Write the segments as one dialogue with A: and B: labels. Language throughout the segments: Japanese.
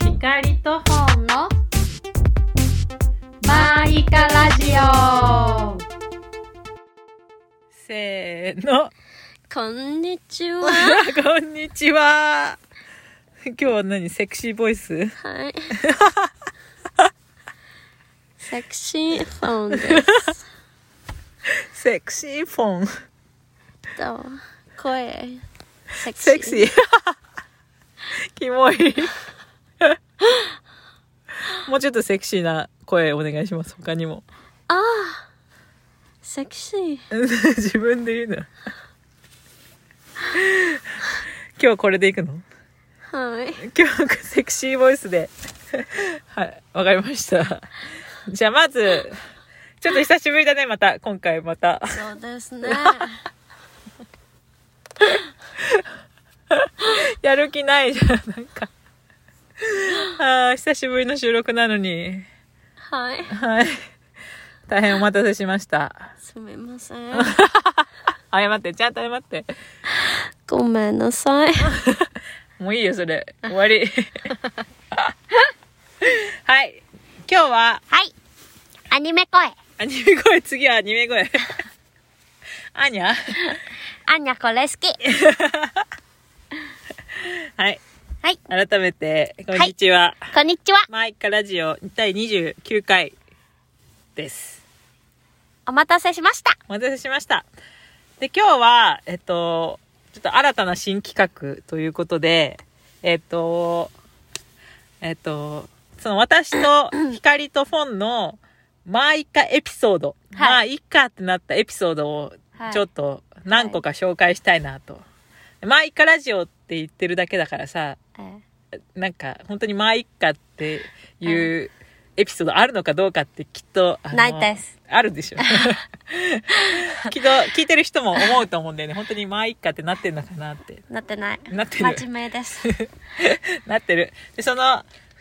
A: 光と本の
B: マイカラジオ
A: せーの
B: こんにちは。
A: こんにちは今日は何セクシーボイス
B: はい。セクシーフォンです。
A: セクシーフォン
B: どう声、セクシー。
A: セクシーキモい もうちょっとセクシーな声お願いします他にも
B: ああ。セクシー。
A: 自分で言うな今日これでいくの
B: はい。
A: 今日セクシーボイスではいわかりましたじゃあまずちょっと久しぶりだねまた今回また
B: そうですね。
A: やる気ないじゃんなんかあー久しぶりの収録なのに
B: はい。
A: はい大変お待たせしました
B: すみません。
A: 謝ってちゃんと謝って
B: ごめんなさい。
A: もういいよそれ終わりはい今日は
B: はい。アニメ声。
A: アニメ声次はアニメ声アニャ
B: アンニャこれ好き。
A: はい
B: はい。
A: 改めてこんにちは、
B: こんにちは。
A: マイカラジオ第29回です。
B: お待たせしました。
A: お待たせしました。で、今日は、えっと、ちょっと新たな新企画ということで、えっと、えっと、その私と光とフォンのマイカエピソード、
B: はい
A: まあ、いっかってなったエピソードを
B: はい
A: ちょっと何個か紹介したいなと。マイカラジオって言ってるだけだからさ、
B: え
A: なんか本当にまあいっかっていうエピソードあるのかどうかってきっとあの
B: ないです
A: ある でしょきっと聞いてる人も思うと思うんだよね本当にまあいっかってなってるのかなって
B: なってない。
A: なってる
B: 真面目です。
A: なってるでその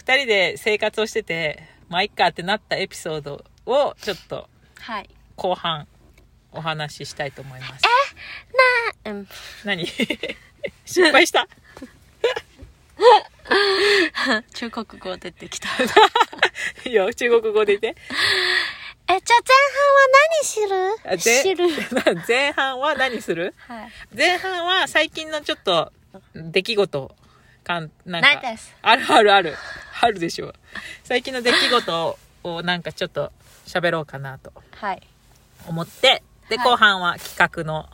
A: 2人で生活をしててまあいっかってなったエピソードをちょっと
B: はい。
A: 後半お話ししたいと思います
B: うん。
A: 何失 敗した
B: 中国語出てきた。
A: いや中国語で言って
B: え、じゃあ前半は
A: あ
B: 何
A: ぜ
B: する知 る。
A: 前半は何する
B: はい。
A: 前半は最近のちょっと出来事かんなんか
B: ないです
A: あるあるあるあるでしょ最近の出来事をなんかちょっと喋ろうかなと
B: はい。
A: 思ってで、
B: はい
A: 後半は企画の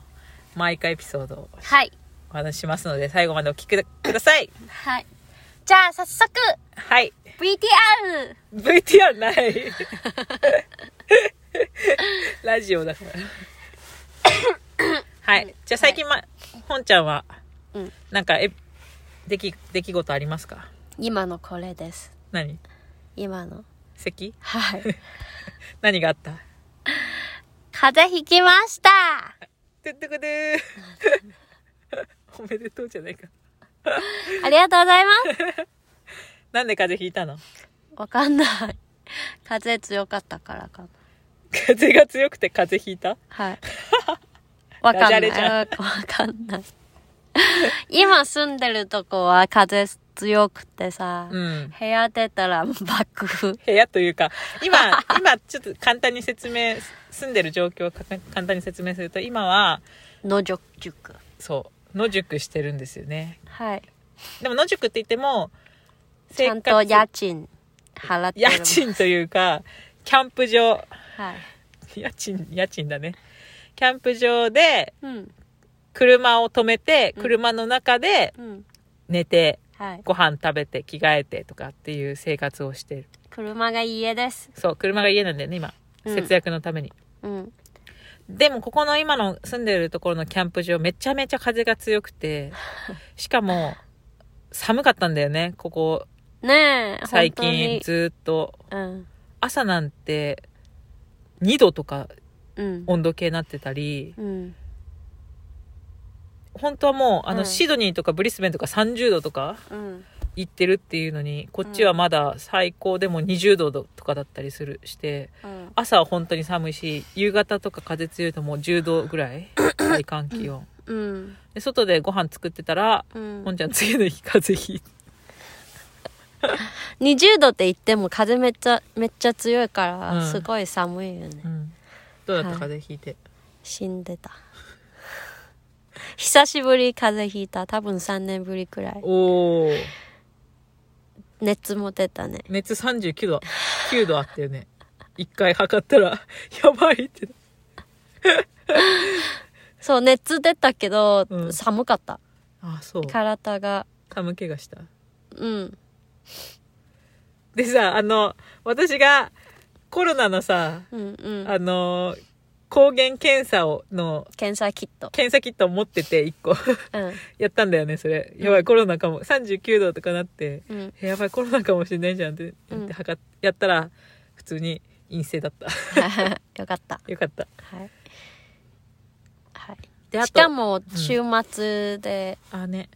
A: 毎回エピソードを
B: はい。
A: お話ししますので最後までお聞きください
B: はい。じゃあ早速、
A: はい
B: VTR!
A: VTR ないラジオだからはいじゃあ最近、ま、本ちゃんは
B: うん。
A: なんかえ出来出来事ありますか
B: 今のこれです。
A: 何
B: 今の。
A: 咳
B: はい。
A: 何があった
B: 風邪ひきました
A: てってくでー おめでとうじゃないか
B: ありがとうございます
A: なんで風邪ひいたの
B: わかんない。風邪強かったからかな。
A: 風が強くて風邪ひいた
B: はい。わかんな
A: ダジャレ
B: い。
A: じゃん
B: わかんない。今住んでるとこは風強くてさ、
A: うん
B: 部屋出たら爆風。
A: 部屋というか今今ちょっと簡単に説明住んでる状況をかか簡単に説明すると今は
B: 野宿塾。
A: そう野宿してるんですよね
B: はい。
A: でも野宿って言っても
B: ち
A: 生
B: ゃ
A: 活
B: んと家賃払ってる。
A: 家賃というかキャンプ場
B: はい。
A: 家賃家賃だねキャンプ場で
B: うん。
A: 車を止めて
B: うん
A: 車の中で
B: うん。
A: 寝て
B: はい。
A: ご飯食べて着替えてとかっていう生活をしてる
B: 車が家です。
A: そう車が家なんだよね今
B: うん
A: 節約のために、
B: うん。
A: でもここの今の住んでるところのキャンプ場めちゃめちゃ風が強く てしかも寒かったんだよねここ
B: ねえ、
A: 最近
B: 本
A: ずっと
B: 当に。
A: 朝なんて2度とか
B: うん。
A: 温度計になってたり
B: うん。うん。
A: 本当はもうあ
B: う
A: の
B: ん
A: シドニーとかブリスベンとか30度とか
B: うん。
A: 行ってるっていうのにこっちはまだ最高でも20度とかだったりするして
B: うん。
A: 朝は本当に寒いし夕方とか風強いともう10度 ぐらい体感気温
B: うん。
A: で外でご飯作ってたら
B: うん
A: ほんちゃん次の日風邪ひいて
B: 20度って言っても風めっちゃめっちゃ強いか
A: う
B: ら
A: ん
B: すごい寒いよね、
A: うん、どうだった
B: はい
A: 風邪ひいて、
B: 死んでた 久しぶり風邪ひいた多分3年ぶりくらい
A: おお
B: 熱も出たね
A: 熱39度9度あったよね一回測ったらやばいって
B: そう熱出たけど、
A: うん
B: 寒かった
A: あそう
B: 体が
A: 寒気がした
B: うん
A: でさあの私がコロナのさ
B: うんうん
A: あの抗原検査をの
B: 検査キット、
A: 検査キットを持ってて1個
B: うん
A: やったんだよねそれやばいコロナかも39度とかなって
B: うん、
A: えやばいコロナかもしれないじゃんって
B: うん
A: 言って測っやったら普通に陰性だった
B: よかった
A: よかった
B: はい、はい、
A: であと
B: しかも週末で
A: あね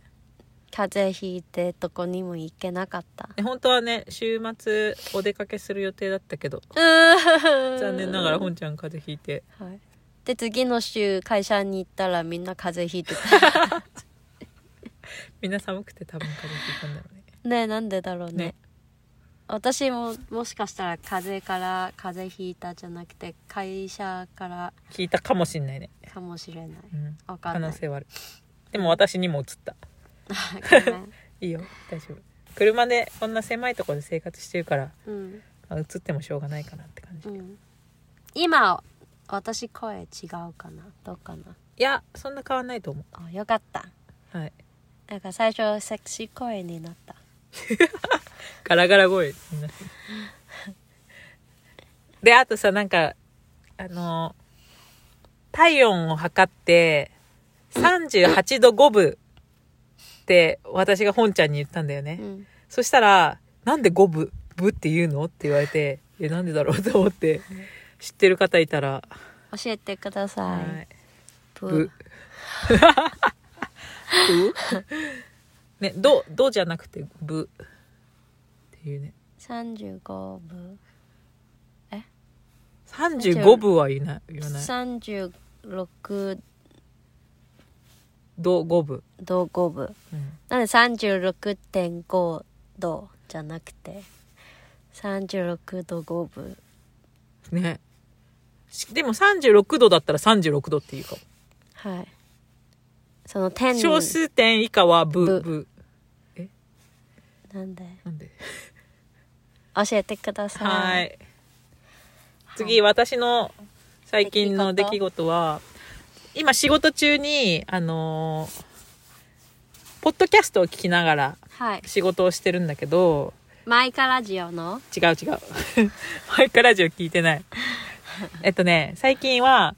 B: 風邪ひいてどこにも行けなかった、
A: ね本当はね週末お出かけする予定だったけど 残
B: 残
A: 念ながら本ちゃん風邪ひいて
B: はい、で次の週会社に行ったらみんな風邪ひいて た
A: みんな寒くて多分風邪ひいたんだろうね
B: ねえなんでだろうね
A: ね
B: 私ももしかしたら風邪から風邪ひいたじゃなくて会社から
A: 聞いたかもしんないね、
B: かもしれない
A: うん、
B: わか
A: 可
B: んな
A: 能
B: い
A: 性はあるでも私にも移った
B: ごめん
A: いいよ大丈夫車でこんな狭いところで生活してるから、
B: うん
A: まあ、移ってもしょうがないかなって感じ、
B: う
A: い
B: ん今私声違うかなどうかな
A: やそんな変わんないと思
B: あよかった
A: うはい
B: なんか最初セクシー声になった
A: ガラガラ声 になるであとさなんかあの体温を測って38度5分って私が本ちゃんに言ったんだよね、
B: うん
A: そしたら「なんで5分ぶって言うの?」って言われて「いやなんでだろう?」 と思って知ってる方いたら
B: 教えてくだ
A: 「
B: さい、
A: はい
B: ブー
A: ぶ」ぶね「ど」どじゃなくて「ぶ」っていうね
B: 35分
A: 35分はいない言わない
B: 36
A: ど5分、
B: 度5分
A: うん、
B: なんで36.5度じゃなくて36度5分
A: ねしでも36度だったら36度っていうかも
B: はいその点に
A: 小数点以下はブ
B: ブ
A: ブ
B: なんで
A: なんで
B: 教えてください
A: はいい次私の最近の出
B: 出来事
A: 来事は今仕事中にあのーポッドキャストを聞きながら
B: はい
A: 仕事をしてるんだけど
B: マイカラジオの
A: 違う違う 前からラジオ聞いて ないえっとね最近は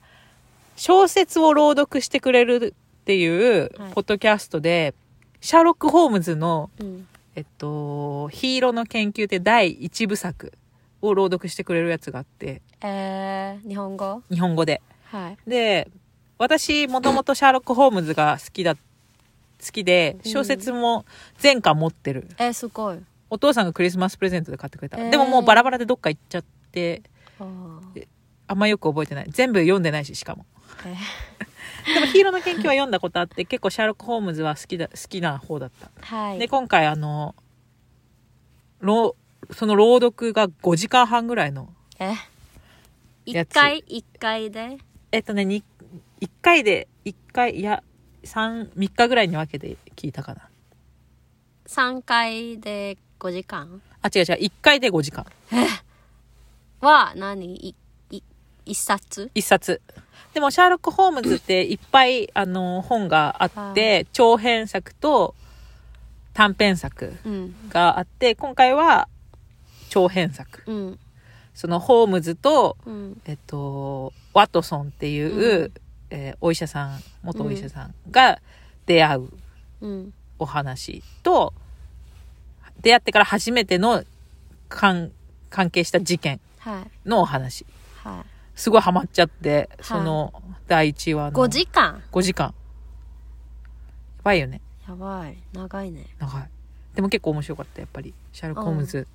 A: 小説を朗読してくれるっていう
B: はい
A: ポッドキャストで、シャーロック・ホームズの
B: うん
A: 「えっと、ヒーローの研究」って第一部作を朗読してくれるやつがあって
B: えー、日本語
A: 日本語で
B: はい
A: で私もともとシャーロック・ホームズが好きだ好きで小説も全巻持ってる、
B: えー、すごい
A: お父さんがクリスマスプレゼントで買ってくれた、
B: えー
A: でももうバラバラでどっか行っちゃって
B: あー
A: あんまよく覚えてない全部読んでないしし かも
B: えー
A: でも「ヒーローの研究」は読んだことあって結構シャーロック・ホームズは好きだ好きな方だった、
B: はい
A: で今回あのろその朗読が5時間半ぐらいの
B: え
A: や
B: 一
A: つ
B: 回一回で
A: えっとね1回で1回いや3三日ぐらいに分けて聞いたかな
B: 三回で5時間
A: あ違う違う1回で5時間
B: は何いい一冊
A: 1冊でもシャーロック・ホームズっていっぱいあの本があって長編作と短編作
B: うん
A: があって今回は長編作
B: うん
A: そのホームズと、
B: うん
A: えっと、ワトソンっていう、
B: う
A: えーお医者さん元お医者さんが出会う
B: うん
A: お話と出会ってから初めての関関係した事件
B: はい
A: のお話
B: はい
A: すごいハマっちゃってその第1話の
B: 5時間
A: 5時間やばいよね
B: やばい長いね
A: 長いでも結構面白かったやっぱりシャーロック・ホームズ、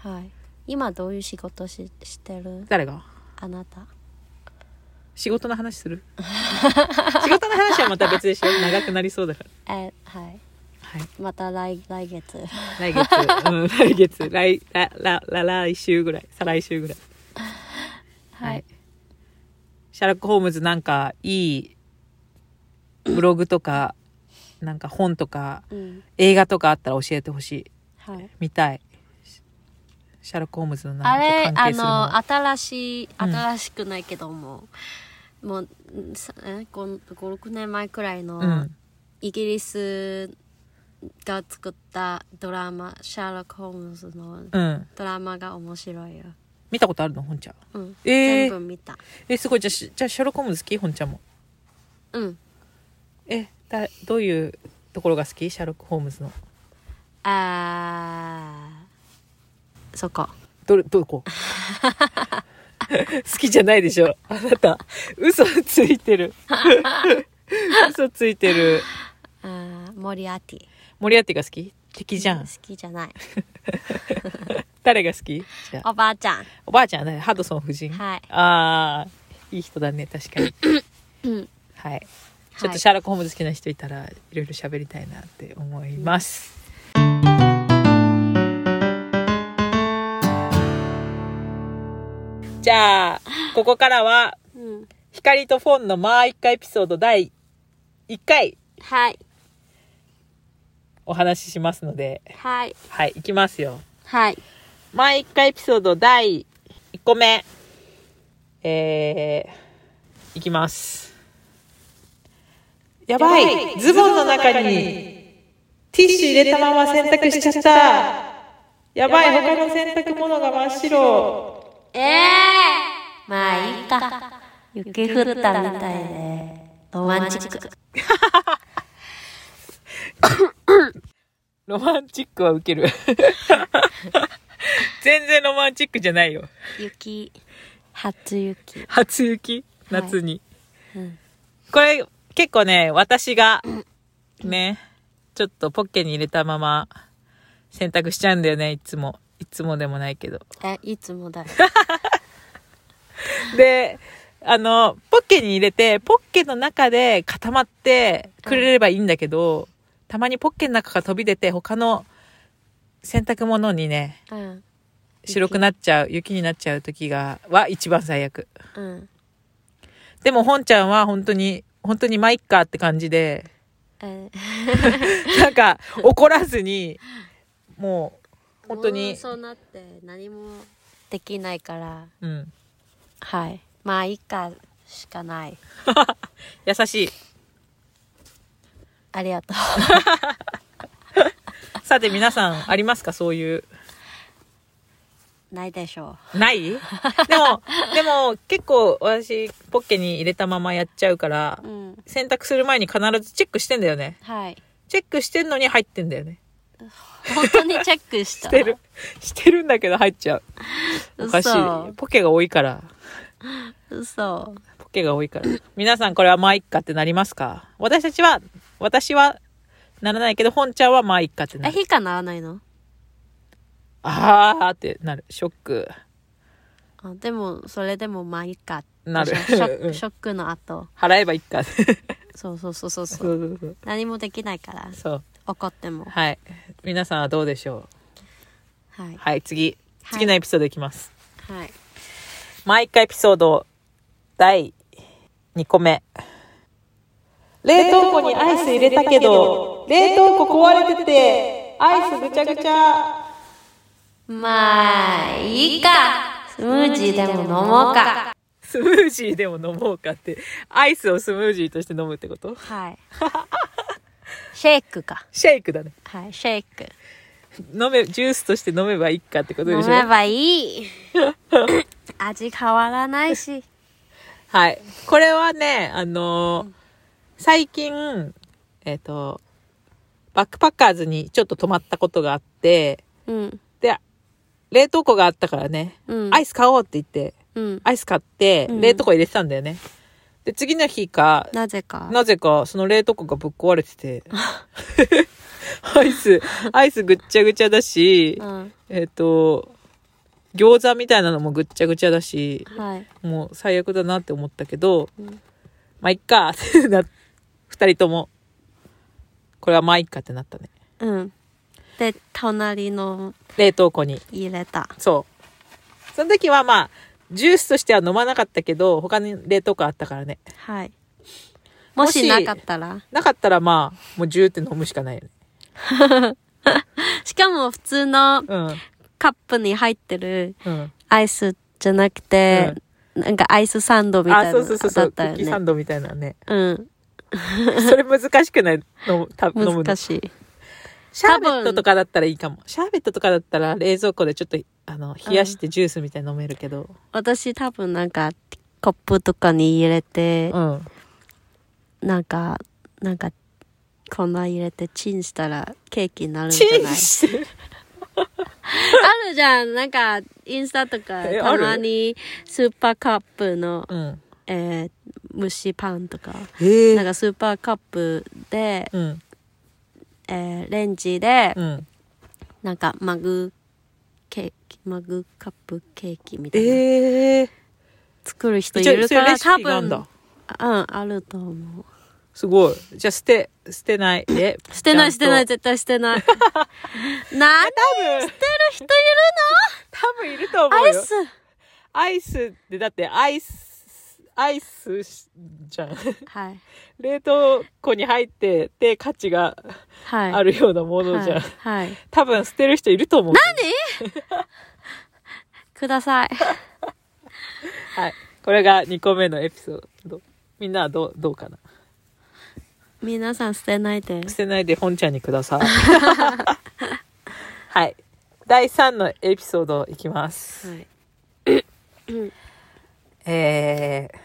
B: はい今どういう仕事ししてる
A: 誰が
B: あなた
A: 仕事の話 する仕事の話はまた別でしょ長くなりそうだから
B: えはい
A: はい。
B: また来来月
A: 来月、うん、来月、来、ら、ら、ら、来週ぐらい、再来週ぐらい。
B: はい。
A: シャラック・ホームズなんか、いい、ブログとか、なんか本とか、
B: うん
A: 映画とかあったら教えてほしい。
B: はい
A: 見たい。シャラック・ホームズのな
B: あ
A: ん
B: れ
A: か
B: あ
A: 関係するもの。
B: の新しい
A: うん
B: 新しくないけども、もうんさえ56年前くらいの、
A: うん。
B: イギリスが作ったドラマ「シャーロック・ホームズ」の
A: うん。
B: ドラマが面白いよ、
A: 見たことあるの本ちゃん。
B: うん
A: えー
B: 全部見た
A: え、すごい。じゃあ、しじゃあシャラック・ホームズ好き本ちゃんも。
B: うん
A: え、だ、どういうところが好きシャラック・ホームズの。
B: あーそこ
A: どれ、どこ 好きじゃないでしょ。あなた、嘘ついてる。 嘘ついてる。
B: あーモリアーティ
A: モリアッティが好き敵じゃん
B: 好。きじゃない
A: 誰が好きじゃあ
B: おばあちゃん
A: おばあちゃんはハドソン夫人。
B: はい
A: ああ、いい人だね、確かに。
B: うん
A: はい。ちょっとシャーロック・ホームズ好きな人いたら、いろいろ喋りたいなって思います。じゃあ、ここからは、
B: うん
A: 光とフォンのまあ一回エピソード第1回
B: はい
A: お話ししますので、
B: はい
A: はい、いきますよ。
B: はい
A: まあ一回エピソード第1個目。えー、いきます。やばいズボンの中にティッシュ入れたまま洗濯しちゃったやばい他の洗濯物が真っ白
B: ええー、まあいいか雪降ったみたいでロマンチック
A: ロマンチックはウケる。 全然ロマンチックじゃないよ。
B: 雪初雪
A: 初雪夏に、
B: うん
A: これ結構ね私がねちょっとポッケに入れたまま洗濯しちゃうんだよねいつもいつもでもないけど
B: えいつもだよ
A: であのポッケに入れてポッケの中で固まってくれればいいんだけど、たまにポッケの中が飛び出て他の洗濯物にね
B: うん
A: 白くなっちゃう雪になっちゃう時がは一番最悪
B: うん
A: でも本ちゃんは本当に本当にまあいっかって感じで
B: え
A: なんか怒らずにもう本当
B: もう
A: に
B: そうなって何もできないから
A: うん
B: はいまあいいかしかない
A: 優しい
B: ありがとう
A: さて皆さんありますかそういう
B: ないでしょ
A: ないで もでも結構私ポッケに入れたままやっちゃうから
B: ううん
A: 洗濯する前に必ずチェックしてんだよね
B: はい
A: チェックしてんのに入ってんだよね
B: 本当にチェックし
A: した てるしてるんだけど入っちゃうおかしい
B: 嘘
A: ポケが多いから
B: 嘘
A: ポケが多いから皆さんこれはまあいっかってなりますか私たちは私はならないけど本ちゃんはまあいっかってな
B: え
A: る
B: 火かならないの
A: あーってなる。ショック。
B: あでもそれでもまあいいか
A: なる
B: ショッ
A: う
B: ク
A: ん
B: ショックの後
A: 払えばいいか。そう
B: そうそうそうそうそう
A: そうそう。
B: 何もできないから
A: そう。
B: 怒っても
A: はい。皆さんはどうでしょ
B: は
A: う
B: い
A: はい、次。
B: はい
A: 次のエピソードいきます。
B: はい
A: 毎回エピソード第2個目。冷凍庫にアイス入れたけど、冷凍庫壊れてて、アイスぐちゃぐちゃ。
B: まあいいかスムージーでも飲もうか
A: スムージーでも飲もうかって、アイスをスムージーとして飲むってこと
B: はい シェイクか
A: シェイクだね。
B: はいシェイク
A: 飲め、ジュースとして飲めばいいかってことでし
B: 飲
A: ょ
B: めばいい味変わらないし
A: はい。これはね、あのー最近、えっ、と、バックパッカーズにちょっと泊まったことがあって、
B: うん
A: で、冷凍庫があったからね、
B: うん
A: アイス買おうって言って、
B: うん
A: アイス買って、
B: うん
A: 冷凍庫入れてたんだよね。で、次の日か、
B: なぜか
A: なぜかその冷凍庫がぶっ壊れてて、 アイス、アイスぐっちゃぐちゃだし、
B: うん
A: えっ、と、餃子みたいなのもぐっちゃぐちゃだし、
B: はい
A: もう最悪だなって思ったけど、
B: うん
A: まあいっかってな、二人とも、これはまあいっかってなったね。
B: うんで隣の
A: 冷凍庫に。
B: 入れた
A: そう。その時はまあ、ジュースとしては飲まなかったけど、他に冷凍庫あったからね。
B: はい
A: も
B: も
A: し
B: しなかったら
A: なかったらまあ、もうジューって飲むしかないよね。
B: しかも普通の
A: うん。
B: カップに入ってる
A: うん。
B: アイスじゃなくて、なんかアイスサンドみた
A: あ、
B: い
A: そ
B: な
A: うそうそう
B: の
A: そ
B: だ
A: う、
B: っ
A: ク
B: たよ
A: ッキーサ
B: ね
A: ンドみたいなのね。
B: うん
A: それ難しくない飲むた飲むの
B: 難しい
A: シャーベットとかだったらいいかも。シャーベットとかだったら冷蔵庫でちょっと、あの、冷やしてジュースみたいに飲めるけど。
B: 私多分なんかコップとかに入れて
A: う、ん。
B: なんかなんか粉入れてチンしたらケーキになるんじ
A: チ
B: ゃ
A: ン
B: ない
A: してる。
B: あるじゃんなんかインスタとか
A: え
B: た
A: あ
B: ま
A: る
B: にスーパーカップの、
A: うん。
B: えー蒸しパンとか
A: ええ
B: なんかスーパーカップで、
A: うん。
B: えーレンジで
A: うん。
B: なんかマグケーキマグカップケーキみたいな、
A: ええ
B: 作る人い
A: 一応
B: る
A: そうい
B: か
A: う
B: ら
A: レシ
B: 多
A: ピがあん
B: 分
A: だ。
B: うんあると思う
A: すごい。じゃあ捨て、捨てないで。
B: 捨てない捨
A: ちゃ
B: て
A: んと
B: ない。絶対捨て ないなんで
A: 多分、
B: 捨てる人いる
A: 多分いると
B: の
A: 思
B: ア
A: う
B: イ
A: よ。
B: ス
A: アイスって、だってアイス、アイスしじゃん。
B: はい
A: 冷凍庫に入ってて価値が
B: はい
A: あるようなものじゃん。
B: はい、はい
A: 多分捨てる人いると思う。
B: ください
A: はい。これが2個目のエピソード。みんなはどう、どうかな。
B: 皆さん捨てないで
A: 捨てないで本ちゃんにくだ さい。はい。第3のエピソードいきます。
B: はい
A: えー、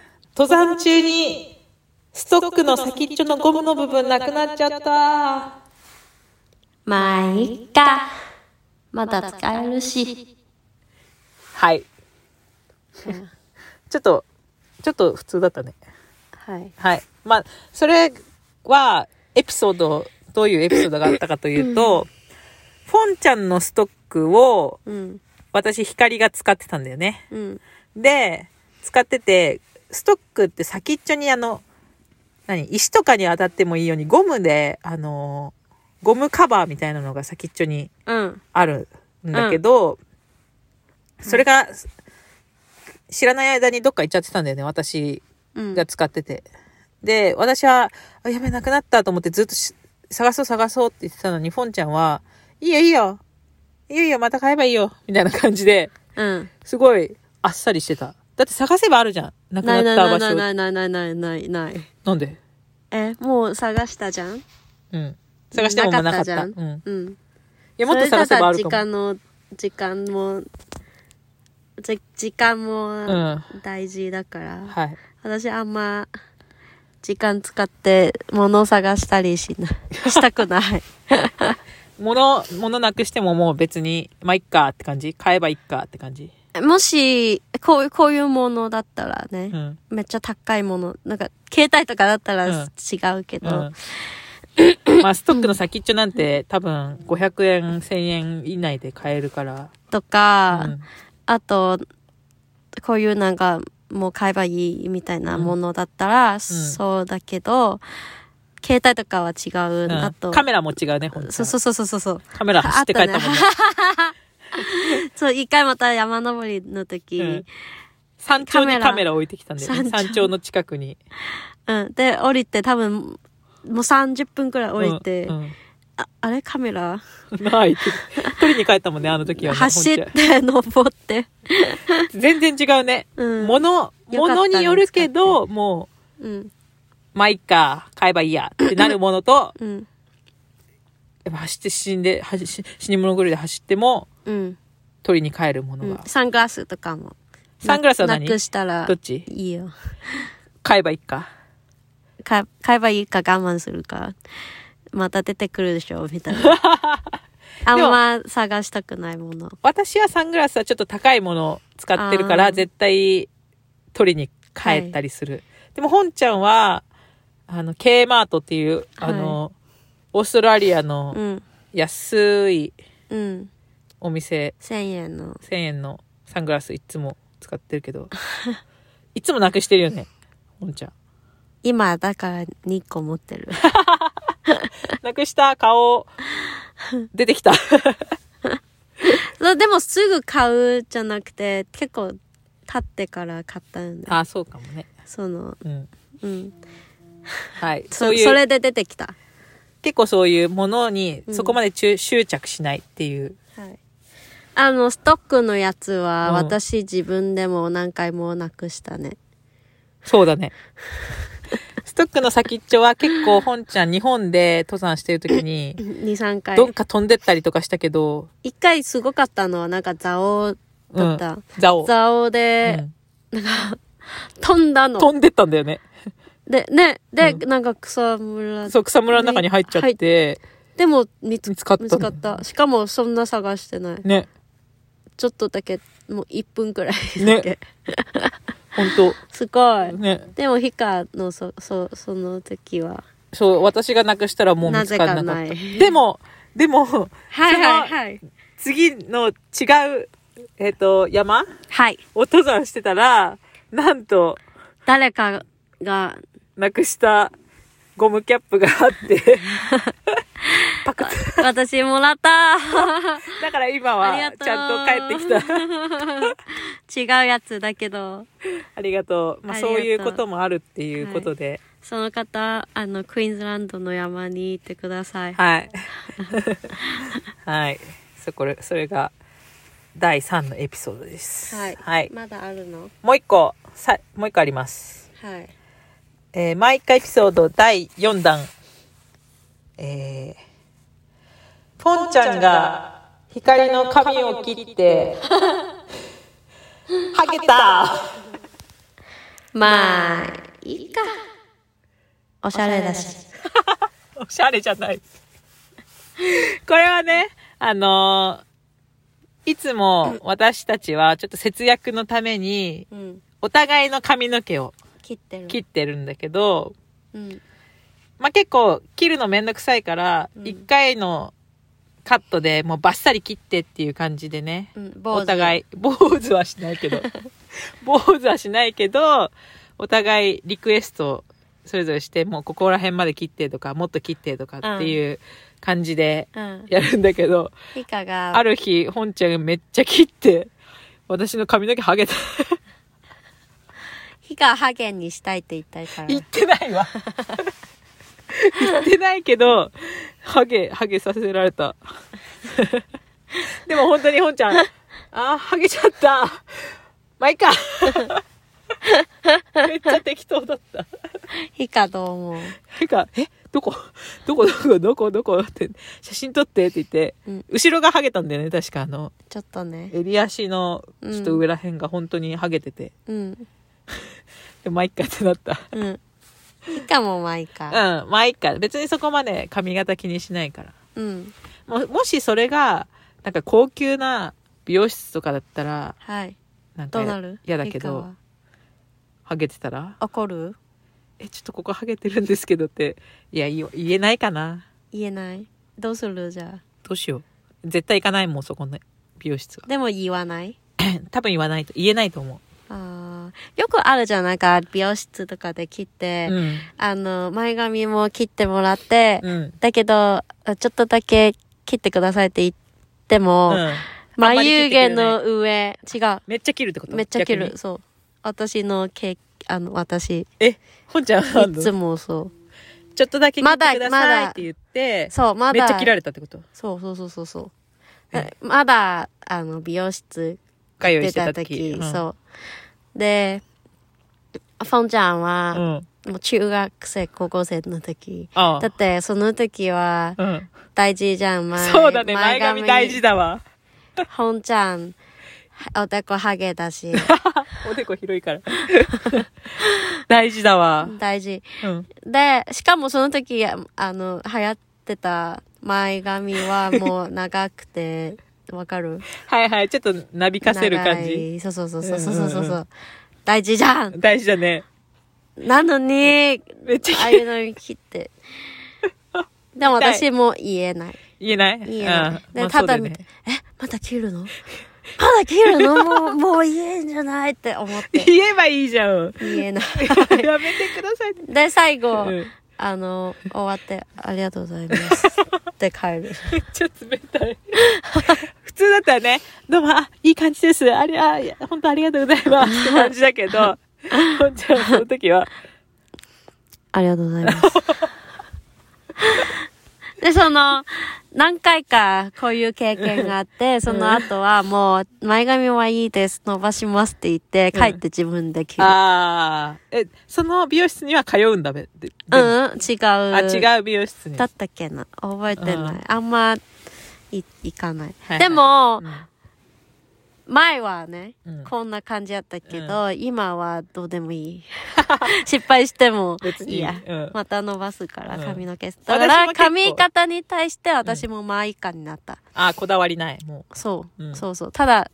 A: 登山中にストックの先っちょのゴムの部分なくなっちゃった。
B: まあいいかまだ使えるし
A: はい。 ちょっと、ちょっと普通だったね。
B: はい
A: はい。まあ、それは、エピソード、どういうエピソードがあったかという と、フォンちゃんのストックを、
B: うん
A: 私、光が使ってたんだよね。
B: うん
A: で、使ってて、ストックって先っちょにあの、何石とかに当たってもいいように、ゴムで、あの、ゴムカバーみたいなのが先っちょに
B: うん
A: あるんだけど、それが、知らない間にどっか行っちゃってたんだよね、私
B: うん
A: が使ってて。で、私は、あやべ、なくなったと思ってずっとし探そう探そうって言ってたのに、フォンちゃんは、いいよいいよ、いいよいいよ、また買えばいいよ、みたいな感じで、
B: うん
A: すごいあっさりしてた。だって探せばあるじゃん。なくな
B: な
A: っ
B: いな
A: た
B: い
A: 場所。
B: ないないないないないないない
A: なんで
B: えもう探したじゃん
A: うん。探してももうなかった。
B: なかったじ
A: う
B: ゃん
A: ん。
B: うん
A: いや、もっと探せばあるか
B: も時間
A: も。
B: の時間もじ時間も
A: うん。
B: 大事だから、
A: はい。
B: 私あんま時間使って物を探したりし なしたくない
A: 物、物なくしてももう別に、まあ、いっかって感じ買えばいっかって感じ
B: もしこういうこういうものだったらね、
A: うん。
B: めっちゃ高いもの。なんか、携帯とかだったら
A: うん
B: 違うけ
A: う
B: ど。
A: ん。まあ、ストックの先っちょなんて多分500円、1000円以内で買えるから。
B: と
A: う
B: か、
A: ん。
B: あと、こういうなんか、もう買えばいいみたいなものだったら、そうだけど、携帯とかは違う。
A: うん
B: あと、
A: カメラも違うね、ほんと
B: そうそうそうそうそうそう。
A: カメラ走って帰ったもんね。
B: そう、一回また山登りの時、
A: う
B: うんん、
A: 山頂
B: カメ
A: に
B: ラ
A: カメラ置いてきたんだよね。
B: 山頂
A: 山頂の近くに。
B: で、降りて多分、もう30分くらい降りて、
A: うんうん
B: ああれカメラ
A: ないって。取りに帰ったもんね、あの時は、ね。
B: 走っ
A: 本
B: て登って。
A: 当に全然違うね。
B: うん。
A: もの、
B: よか
A: も
B: ったね
A: のによるけど、も
B: うん。
A: う、まあ、いっか、買えばいいや、 ってなるものと、
B: うん。
A: やっぱ走って死んで、はし死に物狂いで走っても、
B: うん。
A: 取りに帰るも
B: う
A: の
B: ん
A: が。
B: サングラスとかも。
A: サングラスは
B: な
A: 何
B: なくしたら
A: どっち
B: いいよ。
A: 買えばいいか。
B: 買え買えばいいか我慢するか。また出てくるでしょ、みたい な。あんま探したくないもの。
A: 私はサングラスはちょっと高いものを使ってるか
B: あ
A: ら、
B: ー
A: 絶対取りに帰ったりする。でも、本ちゃんは、あの、K マートっていう、あの、オーストラリアの
B: うん。
A: 安い
B: うん。
A: お店、
B: 1000円の。
A: 1000円のサングラスいつも使ってるけど、 いつもなくしてるよね、本ちゃん。
B: 今、だから2個持ってる。
A: なくした顔、出てきた。
B: そうでもすぐ買うじゃなくて、結構経ってから買ったんだよ。
A: あ、そうかもね。
B: その、
A: うん。
B: うん。
A: はい。
B: そ
A: そういう、
B: それで出てきた。
A: 結構そういうものに
B: うん
A: そこまで執執着しないっていう。
B: はい。あの、ストックのやつは、
A: うん
B: 私自分でも何回もなくしたね。
A: そ うだね。ストックの先っちょは結構本ちゃん日本で登山してる時に、
B: 2、3回。
A: どっか飛んでったりとかしたけど、
B: 一回すごかったのは、なんかザオだった。
A: ザオ。
B: ザオ
A: う
B: で、
A: ん
B: 飛んだの。
A: 飛んでったんだよね。
B: で、ね、で、
A: う
B: なんか草むら。
A: そう、草むらの中に入っちゃって、
B: でも見つ
A: 見つかった
B: 見
A: の。
B: つかった。しかもそんな探してない。
A: ね。
B: ちょっとだけ、もう1分くらいだけ。
A: ねほん
B: すご
A: と。
B: い。
A: ね。
B: でもヒカのそ、そ、その時は。
A: そう、私がなくしたらもう見
B: な
A: つ
B: ぜ
A: から
B: か
A: なか
B: な
A: っ
B: い。
A: た。でも、でも、
B: はいはいはい。
A: 次の違う、えっ、と、山
B: はい。
A: を登山してたら、なんと、
B: 誰かが、
A: なくしたゴムキャップがあ って、パクッ
B: 私もらった
A: だから今
B: ありが
A: は
B: とう
A: ちゃんと帰ってきた。
B: 違 うやつだけど、
A: ありがとう。まあ
B: ありが
A: そ
B: とう
A: ういうこともあるっていうことで、
B: その方、あの、クイーンズランドの山に行ってください。
A: はい。はい。 そこれ、それが第3のエピソードです。
B: はい
A: はい。
B: まだあるの
A: もう一個、さもう一個あります。
B: はい。
A: えー、毎回エピソード第4弾。えー、ポンちゃんが光の髪を切って、 ハゲた
B: まあ、いいか。おしゃれだし。
A: おしゃれじゃない。これはね、あのーいつも私たちはちょっと節約のために、
B: うん。
A: お互いの髪の毛を
B: 切ってる。
A: 切ってるんだけど、
B: うん。
A: まあ、結構切るのめんどくさいから、
B: うん
A: 一1回のカットでもうバッサリ切ってっていう感じでね、
B: うん。
A: お互
B: い。
A: い坊主はしないけど坊主はしないけどお互いリクエストそれぞれしてもうここら辺まで切ってとかもっと切ってとかっていう感じで
B: うん。
A: やるんだけど、
B: リカが、
A: ある日本ちゃんがめっちゃ切って私の髪の毛ハゲた
B: ヒカハゲンにしたいって言ったから。
A: 言ってないわ言ってないけどハゲハゲさせられたでも本当に本ちゃんあーハゲちゃったまあいいかめっちゃ適当だった
B: ヒカどう思う
A: てか「えどこどこどこどこどこ?」って「写真撮って」って言って、
B: うん
A: 後ろがハゲたんだよね確かあの
B: ちょっとね。
A: 襟足の
B: うん
A: ちょっと上らへんが本当にハゲてて、
B: うん。
A: でまあいっかってなった
B: うん。ヒカもまあいいか。
A: うんまあいっか別にそこまで髪型気にしないから
B: うん。
A: ももしそれがなんか高級な美容室とかだったら
B: はい。
A: なん
B: ど
A: か
B: うなる
A: 嫌だけ
B: リカ
A: ど
B: は
A: ハゲてたら
B: 怒る
A: 「えちょっとここハゲてるんですけど」っていや言言えないかな
B: 言えないどうするじゃ
A: どうしよう絶対行かないもんそこの美容室は
B: あ。でも言わない
A: 多分言わないと言えないと思
B: あーよくあるじゃん。なんか、美容室とかで切っ
A: う、
B: て、
A: うん
B: あの、前髪も切ってもらって、
A: うん
B: だけど、ちょっとだけ切ってくださいって言っても、
A: うんあんま
B: 眉
A: り切ってくれ
B: 毛
A: ない
B: の上、違う。
A: めっちゃ切るってこと
B: めっちゃ切
A: 逆
B: る。
A: に
B: そう。私のけ、あの、私、
A: えほんちゃんあ
B: い
A: の
B: つもそ
A: ちょっとだけ切
B: ま
A: って
B: だ
A: くだ
B: ま
A: さい
B: だ
A: って言って
B: う。、そう、まだ。
A: めっちゃ切られたってこと
B: そうそうそうそうそう。
A: え
B: まだ、あの、美容室
A: 通い
B: 出
A: してた
B: た
A: 時
B: 時、そう。で、フォンちゃん
A: う
B: は、
A: ん、うん、
B: もう中学生、高校生の時。
A: あ
B: だって、その時は、
A: あ、うん、
B: 大事じゃん、前
A: そうだね前髪大事。だわ
B: ほんちゃん、おでこハゲだ し、
A: おでこ広いから大事だわ
B: 大事。
A: うん
B: で、しかもその時、あの、流行ってた前髪はもう長く て、わかる
A: はいはいちょっとなびかせる感じ
B: 長いそうそうそうそうそうそうそう。
A: うんうんうん
B: 大事じゃん
A: 大事だね
B: なのに、
A: めっちゃ
B: ああ
A: 切
B: いう
A: る
B: のに切って。でも私も言えない。
A: 言えない
B: 言えない
A: うん
B: で
A: まあ
B: ただ
A: そうよ
B: 見
A: ね
B: てえ、まだ切るのまだ切るのもう、もう言えんじゃないって思って。
A: 言えばいいじゃん
B: 言えない。
A: やめてください
B: で、最後、
A: うん
B: あの、終わって、ありがとうございます。って帰 る。
A: めっちゃ冷たい。 普通だったらね、どうも、あ、いい感じです。ありゃ、いや本当ありがとうございます。って感じだけど、ほんちゃんその時は、
B: ありがとうございます。で、その、何回かこういう経験があって、その後はもう、前髪はいいです、伸ばしますって言って、
A: うん
B: 帰って自分で切る。
A: ああ、え、その美容室には通うんだべ。で
B: う
A: で
B: んうん、違う。
A: あ、
B: う。
A: 違う美容室に。
B: だったっけな覚えてない。
A: うん
B: あんま、い、行かない。
A: はい
B: でも、
A: うん
B: 前はね、
A: うん
B: こんな感じやったけど、今はどうでもいい。 失敗しても
A: 別に
B: いいや。
A: うん
B: また伸ばすから、
A: うん
B: 髪の毛。だ
A: も
B: か
A: 結構
B: ら、髪型に対して私もまあ以下になった。
A: あこだわりない。も
B: そう、
A: うん
B: そうそう。ただ、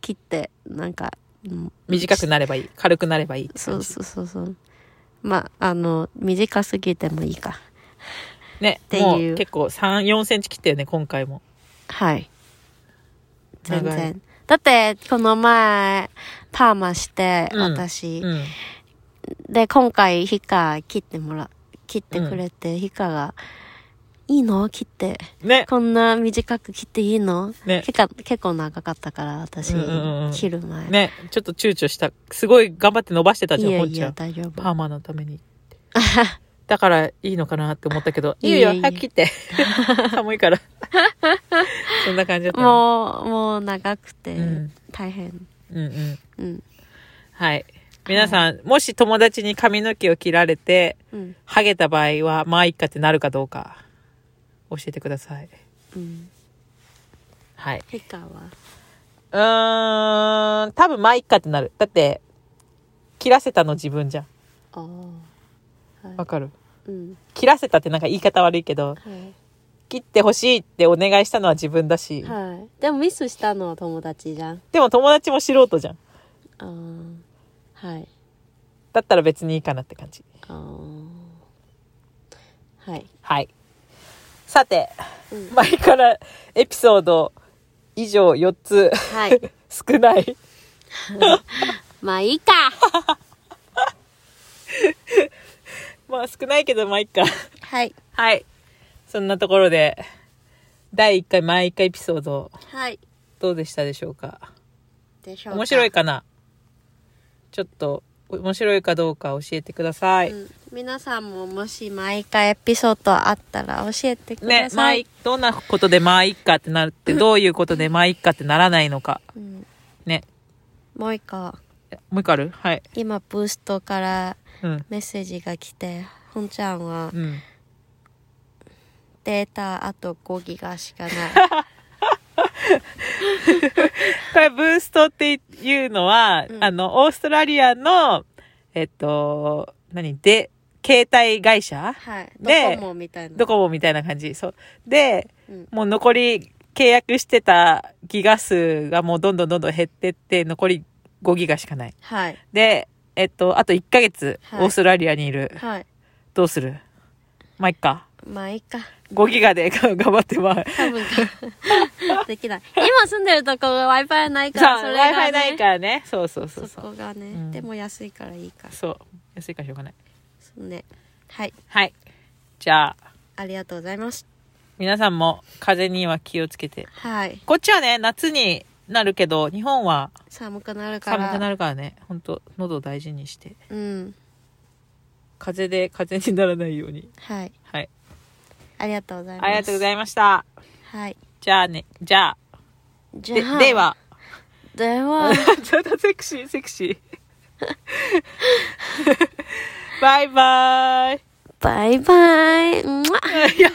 B: 切って、なんか、うん
A: う、短くなればいい。軽くなればいい。
B: そうそうそうそう。まあ、あの、短すぎてもいいか。
A: ね
B: て、いう
A: もう結構3、4センチ切ったよね、今回も。
B: はい。全
A: 長い
B: 然。だって、この前、パーマして、
A: うん
B: 私、
A: うん。
B: で、今回、ヒカ切ってもら、切ってくれて、ヒカが、いいの切って。
A: ね。
B: こんな短く切っていいの、
A: ね
B: 結構、結構長かったから、私、
A: うんうんうん
B: 切る前。
A: ね、ちょっと躊躇した。すごい頑張って伸ばしてた
B: い
A: じゃん、
B: や
A: ほん
B: い
A: ちゃ
B: や、
A: ん。
B: 大丈夫。
A: パーマのた めに。だからいいのかなって思ったけど、い
B: い
A: い
B: いよ
A: よ、
B: いいよ
A: 早く 切って。寒いから。そんな感じだったね。
B: もう、もう長くて
A: うん、
B: 大変。
A: うんうん。
B: うん。
A: はい。皆さん、もし友達に髪の毛を切られて、
B: うん。
A: ハゲた場合は、まあいっかってなるかどうか、教えてください。
B: うん。
A: はい。
B: ヒカは
A: うーん、多分まあいっかってなる。だって、切らせたの自分じゃん。
B: ああ。は
A: わかる
B: い。うん。
A: 切らせたってなんか言い方悪いけど、
B: はい。
A: 切ってほしいってお願いしたのは自分だし、
B: はい。でもミスしたのは友達じゃん。
A: でも友達も素人じゃん。
B: あーはい。
A: だったら別にいいかなって感じ。
B: あーはい。
A: はい。さて、
B: うん
A: 前からエピソード以上4つ、
B: はい。
A: 少ない。
B: まあいい か。
A: まあ少ないけどまあいっか。
B: はい。
A: はい。そんなところで、第1回、毎回エピソード、
B: はい。
A: どうでしたでしょうか
B: でしょうか。
A: 面白いかなちょっと、面白いかどうか教えてください。
B: うん皆さんももし毎回エピソードあったら教えてく
A: ね
B: だ、
A: まあ
B: さい。
A: い、どんなことでまあいっかってなる って、どういうことでまあいっかってならないのか。
B: うん
A: ね。
B: もう一個、
A: もう一個あるはい。
B: 今ブーストから
A: うん。
B: メッセージが来て、ほんちゃんは
A: うん。
B: データあと5ギガしか ない。
A: これ、ブーストっていうのは、
B: うん
A: あの、オーストラリアの、えっと、何で、携帯会社
B: はい。ド
A: で
B: コモみたいな。
A: ドコモみたいな感じ。そう。で、
B: うん
A: もう残り契約してたギガ数がもうどんどんどんどん減ってって、残り5ギガしかない。
B: はい。
A: で、えっと、あと1ヶ月、
B: はい
A: オーストラリアにいる。
B: はい。
A: どうするまあ、いっか。
B: まあいいか。
A: 5ギガで 頑張ってまあ。
B: 多 分できない。今住んでるとこが Wi-Fi ないから、
A: さ
B: そ
A: あ、
B: れが、ね、
A: Wi-Fi ないからね。そうそうそうそ。
B: そうこがね、
A: ん
B: でも安いからいいか。
A: そう。安いからしょうがない。
B: そうね。はい。
A: はい。じゃあ、
B: ありがとうございます。
A: 皆さんも風邪には気をつけて。
B: はい。
A: こっちはね、夏になるけど、日本は
B: 寒くなるから。
A: 寒くなるからね、ほんと、喉を大事にして。
B: うん。
A: 風邪で、風邪にならないように。
B: はい。
A: はい。
B: ありがとうございます。
A: ありがとうござ
B: い
A: いました。
B: ます。はい。
A: じゃあね、じゃあ、
B: じ
A: で、
B: ゃあ、
A: で。は。。
B: では
A: ちょっと セクシー、セクシー。バイバイ。
B: バイバイ。うわ
A: いや